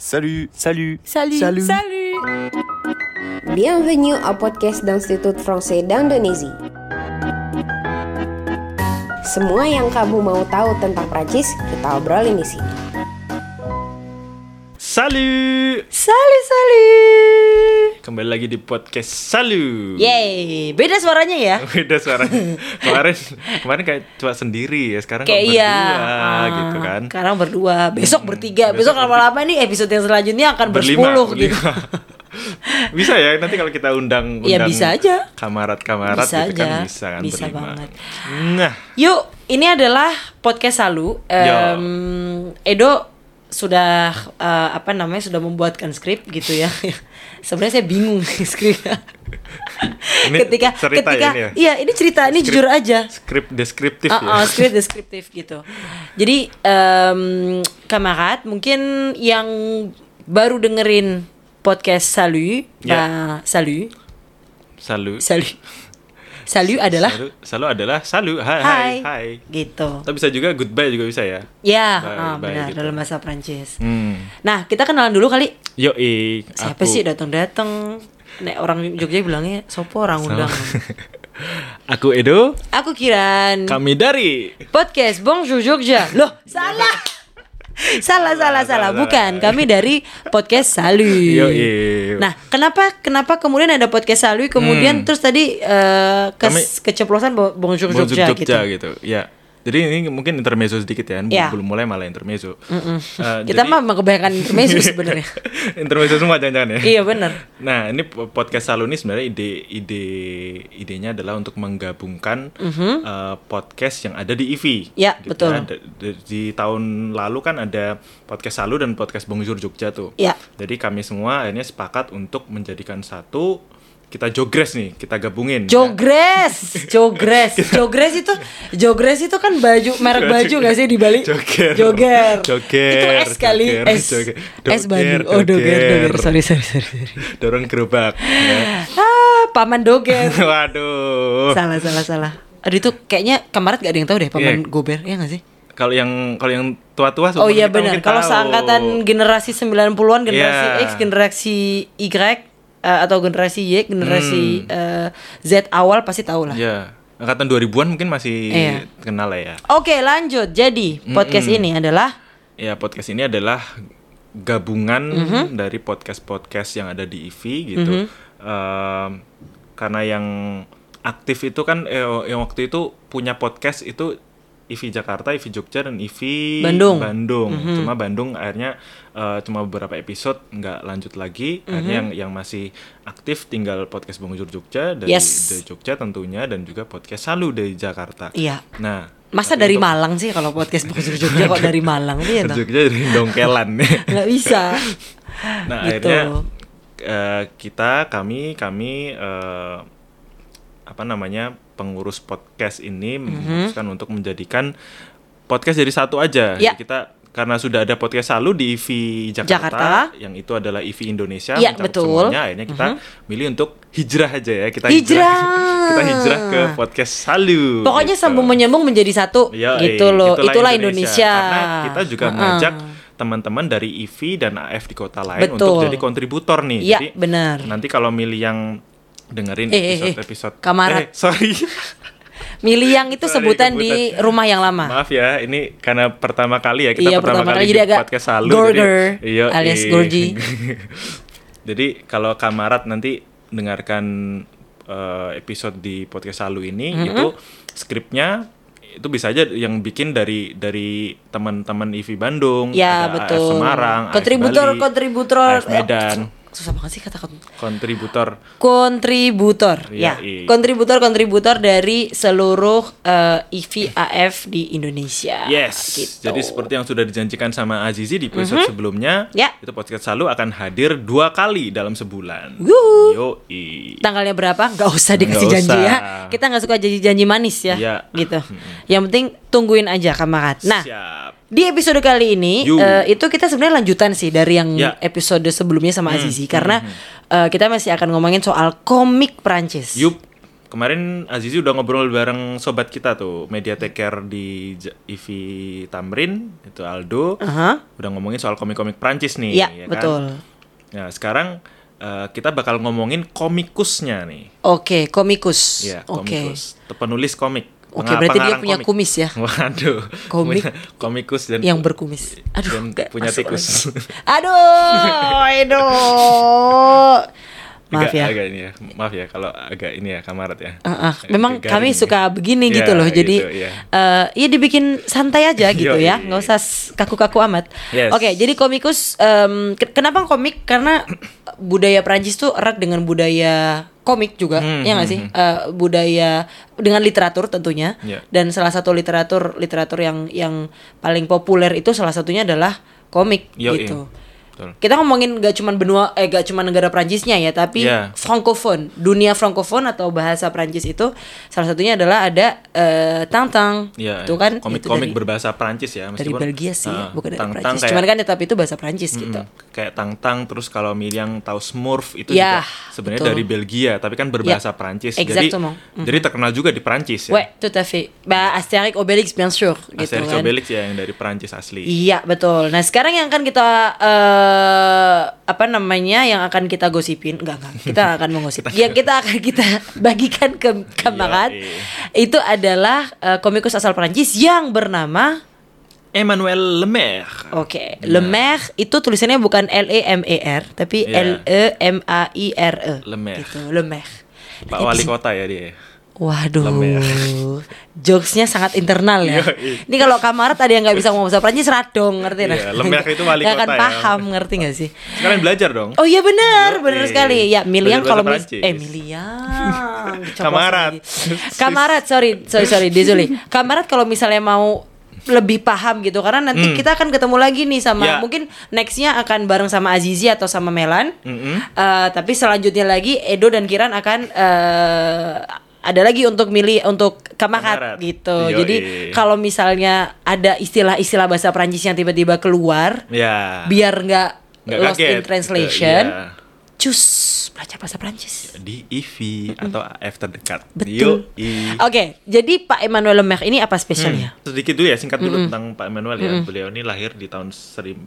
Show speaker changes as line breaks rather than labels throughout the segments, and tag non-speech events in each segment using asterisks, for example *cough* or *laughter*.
Salut
Salut
Salut.
Salut.
Salut.
Bienvenue au podcast d'Institut Français d'Indonésie. Semua yang kamu mau tahu tentang Prancis, kita obrolin di sini.
Salut
Salut, salut.
Kembali lagi di podcast Salut
Yeay, beda suaranya ya.
Beda
*laughs*
suaranya Kemarin kemarin kayak cuma sendiri ya Sekarang
Kayak
kok
iya.
berdua
Ah,
gitu kan Hmm,
Sekarang berdua, besok bertiga,
besok
besok lama-lama nih episode yang selanjutnya akan bersepuluh gitu.
*laughs* Bisa ya nanti kalau kita undang
Ya,
undang
bisa aja.
Kamarat-kamarat
Bisa
gitu kan
aja.
bisa kan
Bisa
berlima.
banget.
Nah
*laughs* Yuk, ini adalah podcast Salu.
Ya.
Em, Edo sudah eh, apa namanya sudah membuatkan skrip gitu ya. *laughs* Sebenarnya saya bingung skripnya.
Ini
*laughs* ketika
cerita ya
ketika
ini ya?
iya ini cerita ini jujur aja.
Skrip deskriptif
Uh-uh,
ya
script deskriptif gitu. Jadi em kamarad mungkin yang baru dengerin podcast Salu,
Ya.
nah Salu,
*laughs* Salut
Salu, Salu adalah
Salut Salut adalah Salut Hai Hai,
Hai,
hai.
gitu.
Tapi bisa juga goodbye juga bisa ya
Ya,
Bye,
ah,
bye
benar
gitu.
dalam bahasa Prancis.
Hmm.
Nah, kita kenalan dulu kali.
Yoi,
Siapa sih datang-datang? Nek orang Jogja bilangnya sopo orang undang.
*laughs* Aku Edo,
Aku Kiran.
kami dari
Podcast Bonjour Jogja. Loh, *laughs* salah. salah, salah, salah. Bukan, kami dari Podcast Salui.
Yoi.
Nah, kenapa kenapa kemudian ada Podcast Salui kemudian terus tadi eh, kes-
Kami-
keceplosan Bo- Bonjour
Bonjour
Jogja,
Jogja,
gitu.
gitu. Ya. Jadi ini mungkin intermezzo sedikit ya,
Ya.
belum mulai malah intermezzo. Eh,
Kita
jadi-
mah mah *laughs* kebanyakan intermezzo sebenarnya.
*laughs* intermezzo semua jangan-jangan ya.
iya, benar.
Nah, ini po- podcast Salu ini sebenarnya ide ide idenya adalah untuk menggabungkan eh, podcast yang ada di E Gitu IVI.
Mhm. Ya, betul.
D- d- Di tahun lalu kan ada podcast Salu dan podcast Bonjour Jogja tuh.
Ya.
Jadi kami semua akhirnya sepakat untuk menjadikan satu kita jogres nih, kita gabungin.
Jogres, jogres, jogres itu, jogres itu kan baju merek baju gak sih di Bali?
Joger.
joger,
Joger,
Itu es kali,
joger,
es,
joger.
es Bali.
Doger,
Oh doger,
doger.
doger. Sorry, sorry, sorry, sorry.
*laughs* Dorong gerobak.
*laughs*
ya.
Ah, paman doger.
Waduh.
salah, salah, salah. Aduh itu kayaknya kemarin gak ada yang tahu deh paman
Iya.
gober, ya gak sih?
Kalau yang kalau yang tua-tua
Oh
seumur
iya
kita
benar.
mungkin
Kalau
tahu.
seangkatan generasi 90-an, generasi
Iya.
X, generasi Y eh, atau generasi Y, generasi eh, Z awal pasti tahu lah.
Hmm. Iya. Angkatan 2000-an mungkin masih
Iya.
kenal lah ya.
Oke, lanjut. Jadi, podcast ini adalah
Ya, podcast ini adalah gabungan
Mhm.
dari podcast-podcast yang ada di IVI gitu. Ehm, karena yang aktif itu kan eh, yang waktu itu punya podcast itu IVI Jakarta, IVI Jogja dan IVI
Bandung. Mhm.
Bandung. Cuma Bandung akhirnya eh, cuma beberapa episode nggak lanjut lagi.
Mhm.
Akhirnya yang yang masih aktif tinggal podcast Bongjur Jogja dari,
Yes.
dari Jogja tentunya dan juga podcast Salu dari Jakarta.
Iya.
Nah,
Masa
tapi
dari
untuk-
Malang sih kalau podcast Bogor Jogja kok dari Malang sih toh?
Jogja dari dongkelan.
*laughs* Nggak bisa.
*laughs* Nah
Gitu.
akhirnya eh, kita kami kami eh, apa namanya pengurus podcast ini
Mhm.
memutuskan untuk menjadikan podcast jadi satu aja.
Ya.
Jadi kita karena sudah ada podcast Salu di IV Jakarta,
Jakarta.
yang itu adalah IV Indonesia
Ya,
mencakup
betul. Mhm.
semuanya akhirnya kita milih untuk hijrah aja ya kita
Hijrah.
kita hijrah *laughs* ke podcast Salu
Pokoknya
gitu.
sambung menyambung menjadi satu
Iya,
gitu
eh,
loh. Itulah, Indonesia.
Karena kita juga
Heeh.
mengajak teman-teman dari IVI dan AF di kota lain untuk
Betul.
jadi kontributor nih.
Iya,
jadi
benar.
Nanti kalau milih yang dengerin
Eh, eh, eh,
episode-episode
Kamarat.
Eh, sorry.
*laughs* Milih yang itu
Sorry,
sebutan di
kebutan.
rumah yang lama.
Maaf ya, ini karena pertama kali ya kita
Iya,
pertama,
pertama
kali,
kali,
di
jadi agak
podcast Salu
gorger,
jadi, iya,
alias
eh.
gorgi.
*laughs* jadi kalau Kamarat nanti dengarkan eh, episode di podcast Salu ini
Mm-hmm.
itu skripnya itu bisa aja yang bikin dari dari teman-teman IVI Bandung,
Ya
ada AF
betul.
Semarang, AF
kontributor,
Bali,
kontributor. eh,
AF Medan,
Susah banget sih kata kon-
kontributor.
kontributor. Ya,
Iya, iya.
kontributor-kontributor dari seluruh eh, IVAF di Indonesia.
Yes.
Gitu.
Jadi seperti yang sudah dijanjikan sama Azizi di episode sebelumnya,
Ya.
itu podcast Salu akan hadir dua kali dalam sebulan.
Wuhu.
Yoi.
tanggalnya berapa nggak usah dikasih
Nggak
janji
usah.
ya kita nggak suka janji janji manis ya
Iya.
gitu yang penting tungguin aja kamarad nah
Siap.
di episode kali ini
Yuh.
eh, itu kita sebenarnya lanjutan sih dari yang
Ya. Hmm,
episode sebelumnya sama Azizi karena eh, kita masih akan ngomongin soal komik Prancis
Yup. Kemarin Azizi udah ngobrol bareng sobat kita tuh, media taker di J- IVI Tamrin, itu Aldo.
Aha.
Udah ngomongin soal komik-komik Prancis nih,
Iya,
ya kan?
Uh-huh. betul.
Nah, sekarang eh, kita bakal ngomongin komikusnya nih.
Oke, komikus.
Iya,
Oke.
komikus. Te- Penulis komik.
Oke,
Penga-
berarti dia
pengarang
punya kumis ya?
Waduh.
Komik
punya komikus dan
Yang berkumis. Aduh,
Dan
nggak
punya
masuk
tikus.
lagi.
*laughs*
Aduh, aduh. Maaf
agak,
ya.
Agak ini ya. Maaf ya kalau agak ini ya kamarat ya.
Ah, ah. Memang
Agak
kami
garing ya.
suka begini gitu
Iya,
loh. Jadi
gitu, iya.
eh, ya dibikin santai
*laughs*
aja gitu
Yoi.
ya, nggak usah s- kaku-kaku amat.
Yes.
Oke, jadi komikus. em, ke- kenapa komik? Karena budaya Prancis tuh erat dengan budaya komik juga,
Hmm,
ya nggak sih? Eh, budaya dengan literatur tentunya.
Iya.
Dan salah satu literatur literatur yang yang paling populer itu salah satunya adalah komik
Yoi.
gitu.
Betul.
Kita ngomongin gak cuman benua eh gak cuman negara Prancisnya ya, tapi
Iya.
francophone. Dunia francophone atau bahasa Prancis itu salah satunya adalah ada eh tang-tang.
Iya,
itu
iya.
kan
komik-komik
itu dari,
berbahasa Prancis ya,
dari Belgia sih,
ah,
bukan dari
tang-tang
Prancis.
kayak-
Cuman kan ya, tapi itu bahasa Prancis
Mm-mm.
gitu.
kayak tangtang terus kalau Miliang tahu Smurf itu
Yah,
juga sebenarnya
Ya, betul.
dari Belgia tapi kan
Ya,
berbahasa Prancis jadi
exactement.
jadi terkenal juga di Prancis ya
Ouais, tout à fait. Bah Asterix Obelix bien sûr gitu
Asterix
kan.
Obelix ya yang dari Prancis asli
Iya betul. Nah sekarang yang akan kita eh apa namanya yang akan kita gosipin, enggak enggak, kita akan menggosip.
*laughs*
yang kita akan kita *laughs* bagikan ke kamarat
Iya,
itu adalah eh, komikus asal Perancis yang bernama
Emmanuel Lemaire
Oke, Le Maire itu tulisannya bukan L E M E R tapi
Iya.
L E M A I R E.
Le Maire.
Gitu, Le Maire.
Pak
Nah,
Wali
itu-
Kota ya dia Le
Waduh,
Maire.
jokesnya sangat internal ya.
Yoi.
Ini kalau kamarat ada yang nggak bisa ngomong bahasa Prancis radong, ngerti nggak?
Iya, Le Maire itu wali
Nggak akan
kota ya.
paham, ngerti nggak sih?
sekarang belajar dong
Oh iya benar,
Yoi.
benar sekali. Ya, Miliang
Belajar
kalau mis-
bahasa Prancis.
eh
*laughs*
Miliang. Dicopot
Kamarat.
lagi. Kamarat, sorry, sorry, sorry, désolé. Kamarat kalau misalnya mau lebih paham gitu karena nanti kita akan ketemu lagi nih sama
Hmm. Ya.
mungkin nextnya akan bareng sama Azizi atau sama Melan.
Mm-mm.
Eh, tapi selanjutnya lagi Edo dan Kiran akan eh, ada lagi untuk milih untuk kamarat
Kamarat.
gitu.
Yoi.
Jadi kalau misalnya ada istilah-istilah bahasa Prancis yang tiba-tiba keluar,
ya
biar nggak
Nggak
lost
kaget
in
gitu,
translation,
iya.
cus belajar bahasa Prancis.
di IVI atau AF terdekat
Betul. Oh,
Yoi.
Oke, jadi Pak Emmanuel Lemaire ini apa spesialnya?
sedikit dulu ya singkat dulu tentang Pak Emmanuel ya beliau ini lahir di tahun serim-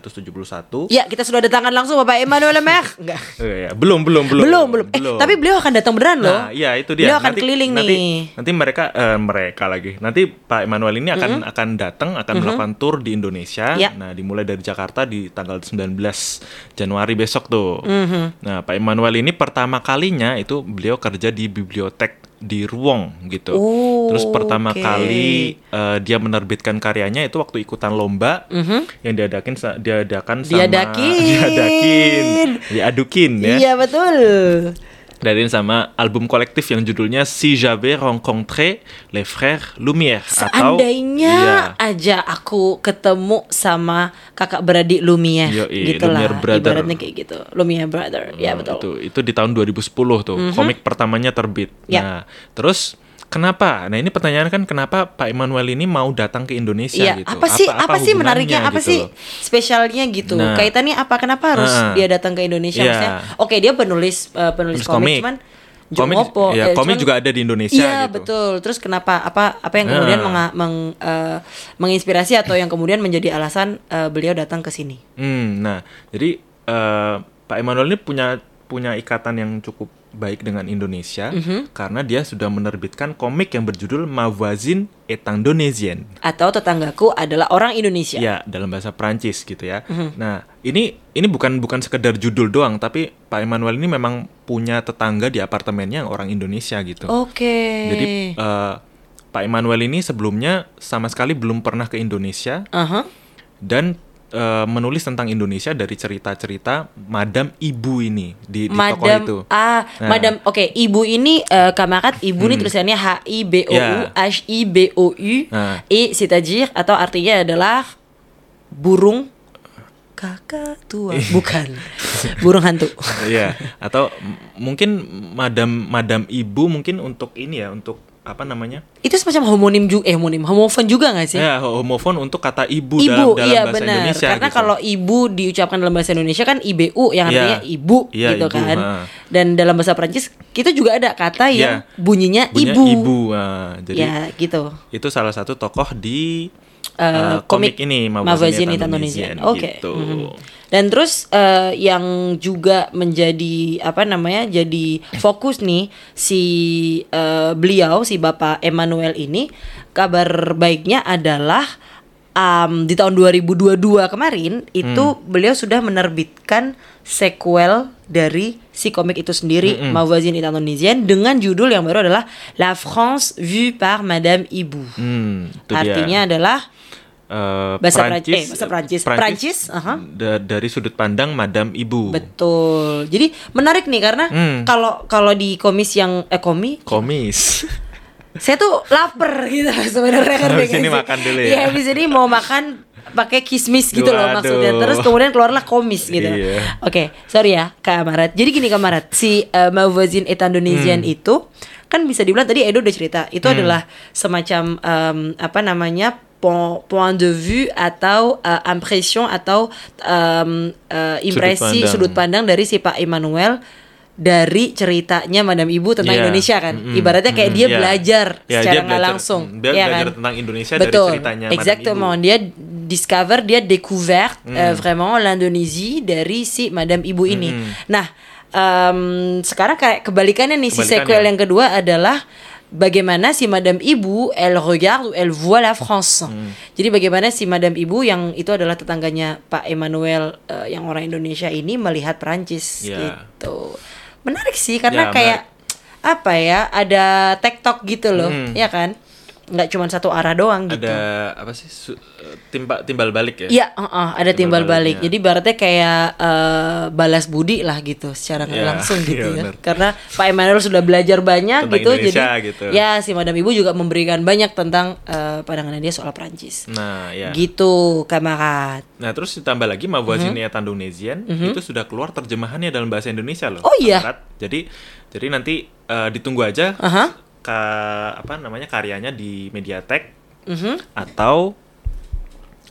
1971
Ya, kita sudah ada tangan langsung Bapak Emmanuel
*laughs*
Lemaire. Enggak.
Eh, ya. belum belum belum
Belum, belum. Eh, tapi beliau akan datang beneran loh.
Nah, iya itu dia.
Beliau akan keliling
nanti,
nih.
Nanti mereka eh, mereka lagi. Nanti Pak Emmanuel ini akan akan datang, akan melakukan tour di Indonesia.
Mm-hmm. Ya.
Nah, dimulai dari Jakarta di tanggal 19 Januari besok tuh.
Mm-hmm.
Nah, Pak Emmanuel ini pertama kalinya itu beliau kerja di bibliotek di Ruang gitu.
Oh,
Terus pertama
oke.
kali eh, dia menerbitkan karyanya itu waktu ikutan lomba yang diadakin sa- diadakan sama
Mm-hmm. Diadakin.
*laughs* diadakin diadukin ya
Iya, betul.
dari sama album kolektif yang judulnya Si J'avais rencontré les frères Lumière Iya.
Seandainya
atau
aja aku ketemu sama kakak beradik Lumière
Yoi,
gitu lah.
Lumière brother.
Ibaratnya kayak gitu. Lumière brother.
Iya,
Ya, betul. Mhm.
Itu itu di tahun 2010 tuh, komik pertamanya terbit.
Ya.
Nah, terus kenapa? Nah, ini pertanyaan kan kenapa Pak Immanuel ini mau datang ke Indonesia
Iya,
gitu.
apa sih apa, sih
hubungannya
menariknya? Apa
gitu
sih
loh.
spesialnya gitu?
Nah.
Kaitannya apa? Kenapa harus
Ah.
dia datang ke Indonesia?
Iya.
Maksudnya, oke dia penulis eh, penulis
Penulis
komik,
komik.
cuman
Komik-
Jomopo,
iya, komik juga ada di Indonesia
Iya
gitu.
betul. Terus kenapa apa apa yang kemudian
Ah.
menga- meng- eh, menginspirasi atau yang kemudian menjadi alasan eh, beliau datang ke sini?
Hmm, nah, jadi eh, Pak Emmanuel ini punya punya ikatan yang cukup baik dengan Indonesia
Mhm.
karena dia sudah menerbitkan komik yang berjudul Ma voisine est indonesienne.
Atau tetanggaku adalah orang Indonesia?
Ya, dalam bahasa Prancis gitu ya.
Mhm.
Nah, ini ini bukan bukan sekedar judul doang, tapi Pak Emmanuel ini memang punya tetangga di apartemennya yang orang Indonesia gitu.
Oke.
Jadi eh, Pak Emmanuel ini sebelumnya sama sekali belum pernah ke Indonesia
Aha.
dan eh, menulis tentang Indonesia dari cerita-cerita Madam Ibu ini di, di toko
Madam
itu.
ah
Nah. Hmm.
Madam oke ibu ini eh, kamarat ibu ini tulisannya H I B O U
Ya.
H I B O U
Nah.
i c'est-à-dire atau artinya adalah burung kakak
*laughs*
tua bukan burung hantu
Iya, atau m- mungkin Madam Madam Ibu mungkin untuk ini ya untuk apa namanya?
Itu semacam homonim juga, eh homonim, homofon juga gak sih?
Ya, homofon untuk kata ibu,
ibu,
dalam dalam
iya
bahasa
benar.
Indonesia
Karena
gitu.
kalau ibu diucapkan dalam bahasa Indonesia kan ibu yang
Iya.
artinya ibu
Iya,
gitu
ibu,
kan.
ha.
Dan dalam bahasa Prancis kita juga ada kata yang
Iya.
bunyinya,
Bunyinya
ibu.
ibu. Nah, jadi
Ya gitu.
itu salah satu tokoh di
Eh,
eh, komik, ini Mavazini
Mavazini Tantonesian.
Tantonesian
Oke.
gitu.
Mhm. Dan terus eh, yang juga menjadi apa namanya? Jadi fokus nih si eh, beliau si Bapak Emmanuel ini kabar baiknya adalah am, di tahun 2022 kemarin itu
Hmm.
beliau sudah menerbitkan sequel dari si komik itu sendiri Mavazini Tantonesian dengan judul yang baru adalah La France vue par Madame Ibu.
Hmm, itu dia.
Artinya adalah
Eh,
Bahasa Prancis-
Prancis,
eh, bahasa uh-huh. Prancis. Prancis, aha.
da- dari sudut pandang Madam Ibu.
Betul. Jadi menarik nih karena kalau kalau di komis yang eh komi,
Komis.
saya tuh lapar gitu loh sebenarnya kan
Habis
ya
ini
nggak sih?
makan dulu ya.
Iya, habis ini mau makan pakai kismis gitu loh
Waduh.
maksudnya. Terus kemudian keluarlah komis gitu.
Iya.
Oke, sorry ya Kak Amarat. Jadi gini Kak Amarat, si uh, Mawazin Etandonesian
Hmm.
itu kan bisa dibilang tadi Edo udah cerita, itu adalah semacam um, apa namanya? po- point de vue atau uh, impression atau um, uh, impresi
pandang.
sudut pandang. dari si Pak Immanuel dari ceritanya Madam Ibu tentang
*laughs* Iya.
Indonesia kan.
Mm-mm.
Ibaratnya kayak
Mm,
dia
iya.
belajar
Iya,
secara
dia
nggak
belajar.
langsung.
Mm, dia
Iya
belajar
kan?
tentang Indonesia dari
Betul.
ceritanya Madam
Exactement.
Ibu. Mm.
Dia discover, dia découvert eh, vraiment l'Indonésie dari si Madam Ibu ini. Nah, em, sekarang kayak kebalikannya nih si
Kebalikannya.
sequel yang kedua adalah Bagaimana si Madam Ibu, elle regarde, ou elle voit la France.
Mm.
Jadi bagaimana si Madam Ibu yang itu adalah tetangganya Pak Emmanuel eh, yang orang Indonesia ini melihat Perancis
Iya.
gitu. Menarik sih karena
Ya,
kayak apa ya ada tektok gitu loh,
Hmm.
ya kan? nggak cuma satu arah doang gitu.
Ada apa sih su- eh, timba- timbal balik ya?
Iya, heeh, ada timbal
Timbal
balik.
baliknya.
Jadi baratnya kayak eh, balas budi lah gitu secara nggak
Iya,
langsung gitu
iya
ya.
benar.
Karena Pak Emmanuel sudah belajar banyak
Tentang
gitu
Indonesia
jadi
gitu.
ya si Madam Ibu juga memberikan banyak tentang eh, pandangan dia soal Prancis.
Nah, ya.
Gitu, kamarad.
Nah, terus ditambah lagi
Mhm.
Mawazini Tandonesian itu sudah keluar terjemahannya dalam bahasa Indonesia loh.
Oh, iya.
Kamerat. Jadi jadi nanti eh, ditunggu aja
Aha.
ka- apa namanya karyanya di Mediatek
mhm.
atau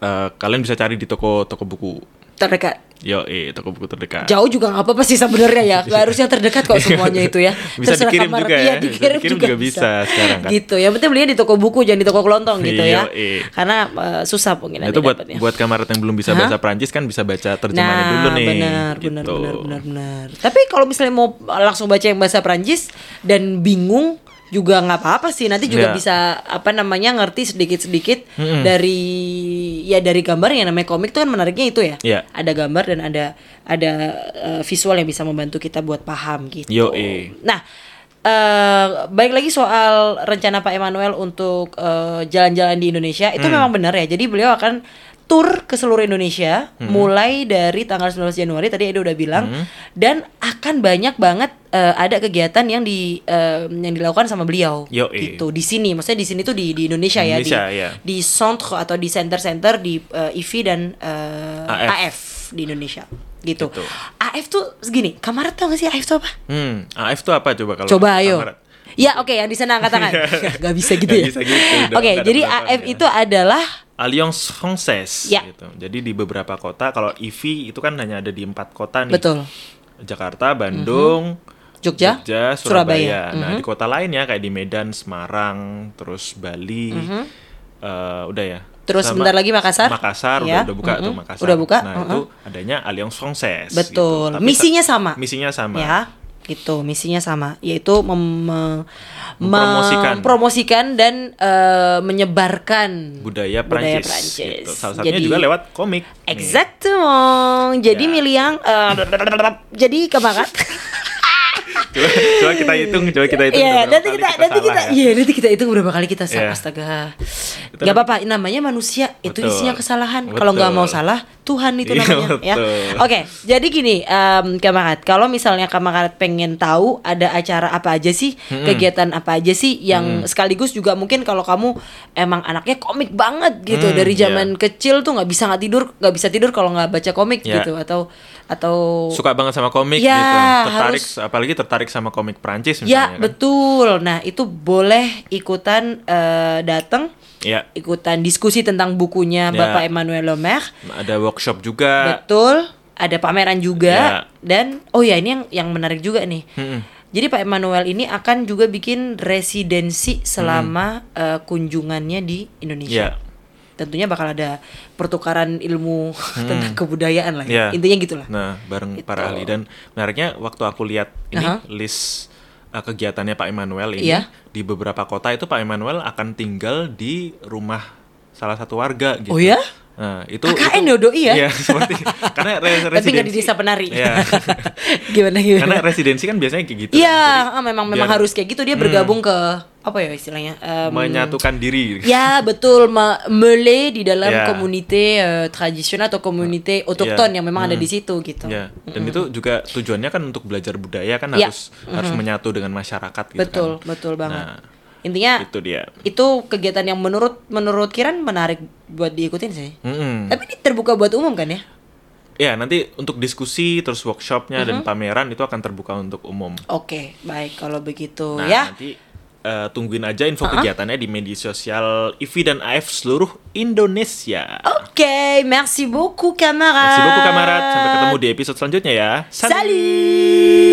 eh, kalian bisa cari di toko-toko buku.
Terdekat.
Yo, toko buku terdekat.
Jauh juga nggak apa-apa sih sebenarnya ya.
*laughs*
Gak harus yang terdekat kok semuanya itu ya.
Bisa
Terserah
dikirim
kamar.
juga
Iya,
ya. Bisa
dikirim,
dikirim
juga,
juga bisa sekarang kan.
Gitu. Yang penting belinya di toko buku jangan di toko kelontong gitu ya.
Yoi.
Karena eh, susah mungkin
Nah,
nanti
itu buat
dapatnya.
buat kamar yang belum bisa
Hah?
bahasa Prancis kan bisa baca terjemahannya
Nah,
dulu nih.
benar,
gitu.
benar, benar, benar, benar. Tapi kalau misalnya mau langsung baca yang bahasa Prancis dan bingung juga nggak apa-apa sih. Nanti juga
Iya.
bisa apa namanya ngerti sedikit-sedikit dari ya dari gambar yang namanya komik tuh kan menariknya itu ya.
Iya.
Ada gambar dan ada ada eh, visual yang bisa membantu kita buat paham gitu.
Yoi.
Nah, eh baik lagi soal rencana Pak Emmanuel untuk eh, jalan-jalan di Indonesia itu
Hmm.
memang benar ya. Jadi beliau akan tur ke seluruh Indonesia
Hmm.
mulai dari tanggal 19 Januari tadi Edo udah bilang dan akan banyak banget eh, ada kegiatan yang di eh, yang dilakukan sama beliau
Yoi.
gitu di sini. Maksudnya di sini tuh di di Indonesia, ya
Indonesia,
di
ya.
di centre atau di center-center di eh, IFI dan eh, AF.
AF.
di Indonesia gitu.
Gitu.
AF tuh segini. Kamar tau gak sih AF tuh apa?
Hmm, AF tuh apa coba kalau
Coba ayo.
Kamarat?
Ya oke yang di sana angkat
*laughs*
tangan. Gak bisa gitu ya.
Nggak bisa gitu, udah
Oke,
ya. nggak ada
jadi
penontonnya.
AF itu adalah
Alliance Française
Ya.
gitu. Jadi di beberapa kota kalau EV itu kan hanya ada di empat kota nih.
betul. Mhm.
Jakarta, Bandung,
Jogja,
Surabaya.
Surabaya.
Nah,
Mhm.
di kota lainnya kayak di Medan, Semarang, terus Bali. eh, udah ya.
Mhm. Terus
Sama-
bentar lagi Makassar.
Makassar
Ya,
udah, udah buka
mhm.
tuh Makassar.
Udah buka,
Nah,
mhm.
itu adanya Alliance Française gitu.
Betul.
Tapi sa-
Misinya sama.
Misinya sama.
Ya, gitu. Misinya sama, yaitu mem- me-
Mempromosikan.
mempromosikan dan eh, menyebarkan
Budaya
budaya
Prancis.
Prancis.
gitu. Salah satunya
Jadi-
juga lewat komik. nih.
Exactement. Jadi
Ya.
milih yang eh, jadi
*laughs*
kemarin
Coba, coba kita hitung, coba kita hitung.
Iya,
berapa
nanti
kali
kita, nanti
salah
kita,
ya.
iya nanti kita hitung berapa kali kita salah.
Iya.
Astaga,
Itu
nggak
kan-
apa-apa. Namanya manusia itu
Betul.
isinya kesalahan. Kalau nggak mau
Betul.
salah, Tuhan itu
Iya,
namanya ya.
betul.
Oke, jadi gini, em Kamarat, kalau misalnya Kamarat pengen tahu ada acara apa aja sih, kegiatan apa aja sih yang sekaligus juga mungkin kalau kamu emang anaknya komik banget gitu
Hmm,
dari
iya.
zaman kecil tuh nggak bisa nggak tidur, nggak bisa tidur kalau nggak baca komik
Iya.
gitu atau atau
suka banget sama komik
Ya,
gitu tertarik
harus-
apalagi tertarik sama komik Prancis
Ya
misalnya kan
betul. Nah itu boleh ikutan eh, datang,
ya
ikutan diskusi tentang bukunya
Ya.
Bapak Emmanuel Lemaire.
ada workshop juga
Betul. Ada pameran juga
Ya.
dan oh ya ini yang yang menarik juga nih. Jadi Pak Emmanuel ini akan juga bikin residensi selama eh, kunjungannya di Indonesia.
Ya.
Tentunya bakal ada pertukaran ilmu *laughs* tentang kebudayaan lah.
Ya.
Intinya gitulah.
nah
Gitu.
bareng para ahli dan menariknya waktu aku lihat ini
Aha.
list uh, kegiatannya Pak Immanuel ini
Iya.
di beberapa kota itu Pak Immanuel akan tinggal di rumah salah satu warga gitu
Oh ya?
Nah, itu
KKN
itu-
ya, Doi ya?
Iya,
*laughs*
seperti karena
Tapi
re-
nggak di
residensi-
desa penari. *laughs*
Iya.
gimana gimana?
karena residensi kan biasanya kayak gitu kan.
Iya,
Jadi Hmm.
ah, memang memang
biar
harus kayak gitu dia bergabung ke apa ya istilahnya? Em,
menyatukan diri
Ya betul me- mele di dalam
Ya.
komunitas eh, tradisional atau komunitas otokton yang memang ada di situ gitu.
Ya, dan itu juga tujuannya kan untuk belajar budaya kan
Ya.
harus harus menyatu dengan masyarakat gitu
betul,
kan.
betul banget.
Nah,
Intinya
itu dia.
itu kegiatan yang menurut menurut Kiran menarik buat diikutin sih.
Mm-mm.
Tapi ini terbuka buat umum kan ya?
Ya, nanti untuk diskusi terus workshopnya dan pameran itu akan terbuka untuk umum.
Oke, baik kalau begitu
Nah,
ya. Uh-huh.
nanti eh, tungguin aja info kegiatannya di media sosial IFI dan AF seluruh Indonesia.
Oke, merci beaucoup kamarad. ah.
Terima kasih beaucoup kamarad, sampai ketemu di episode selanjutnya ya.
Salut.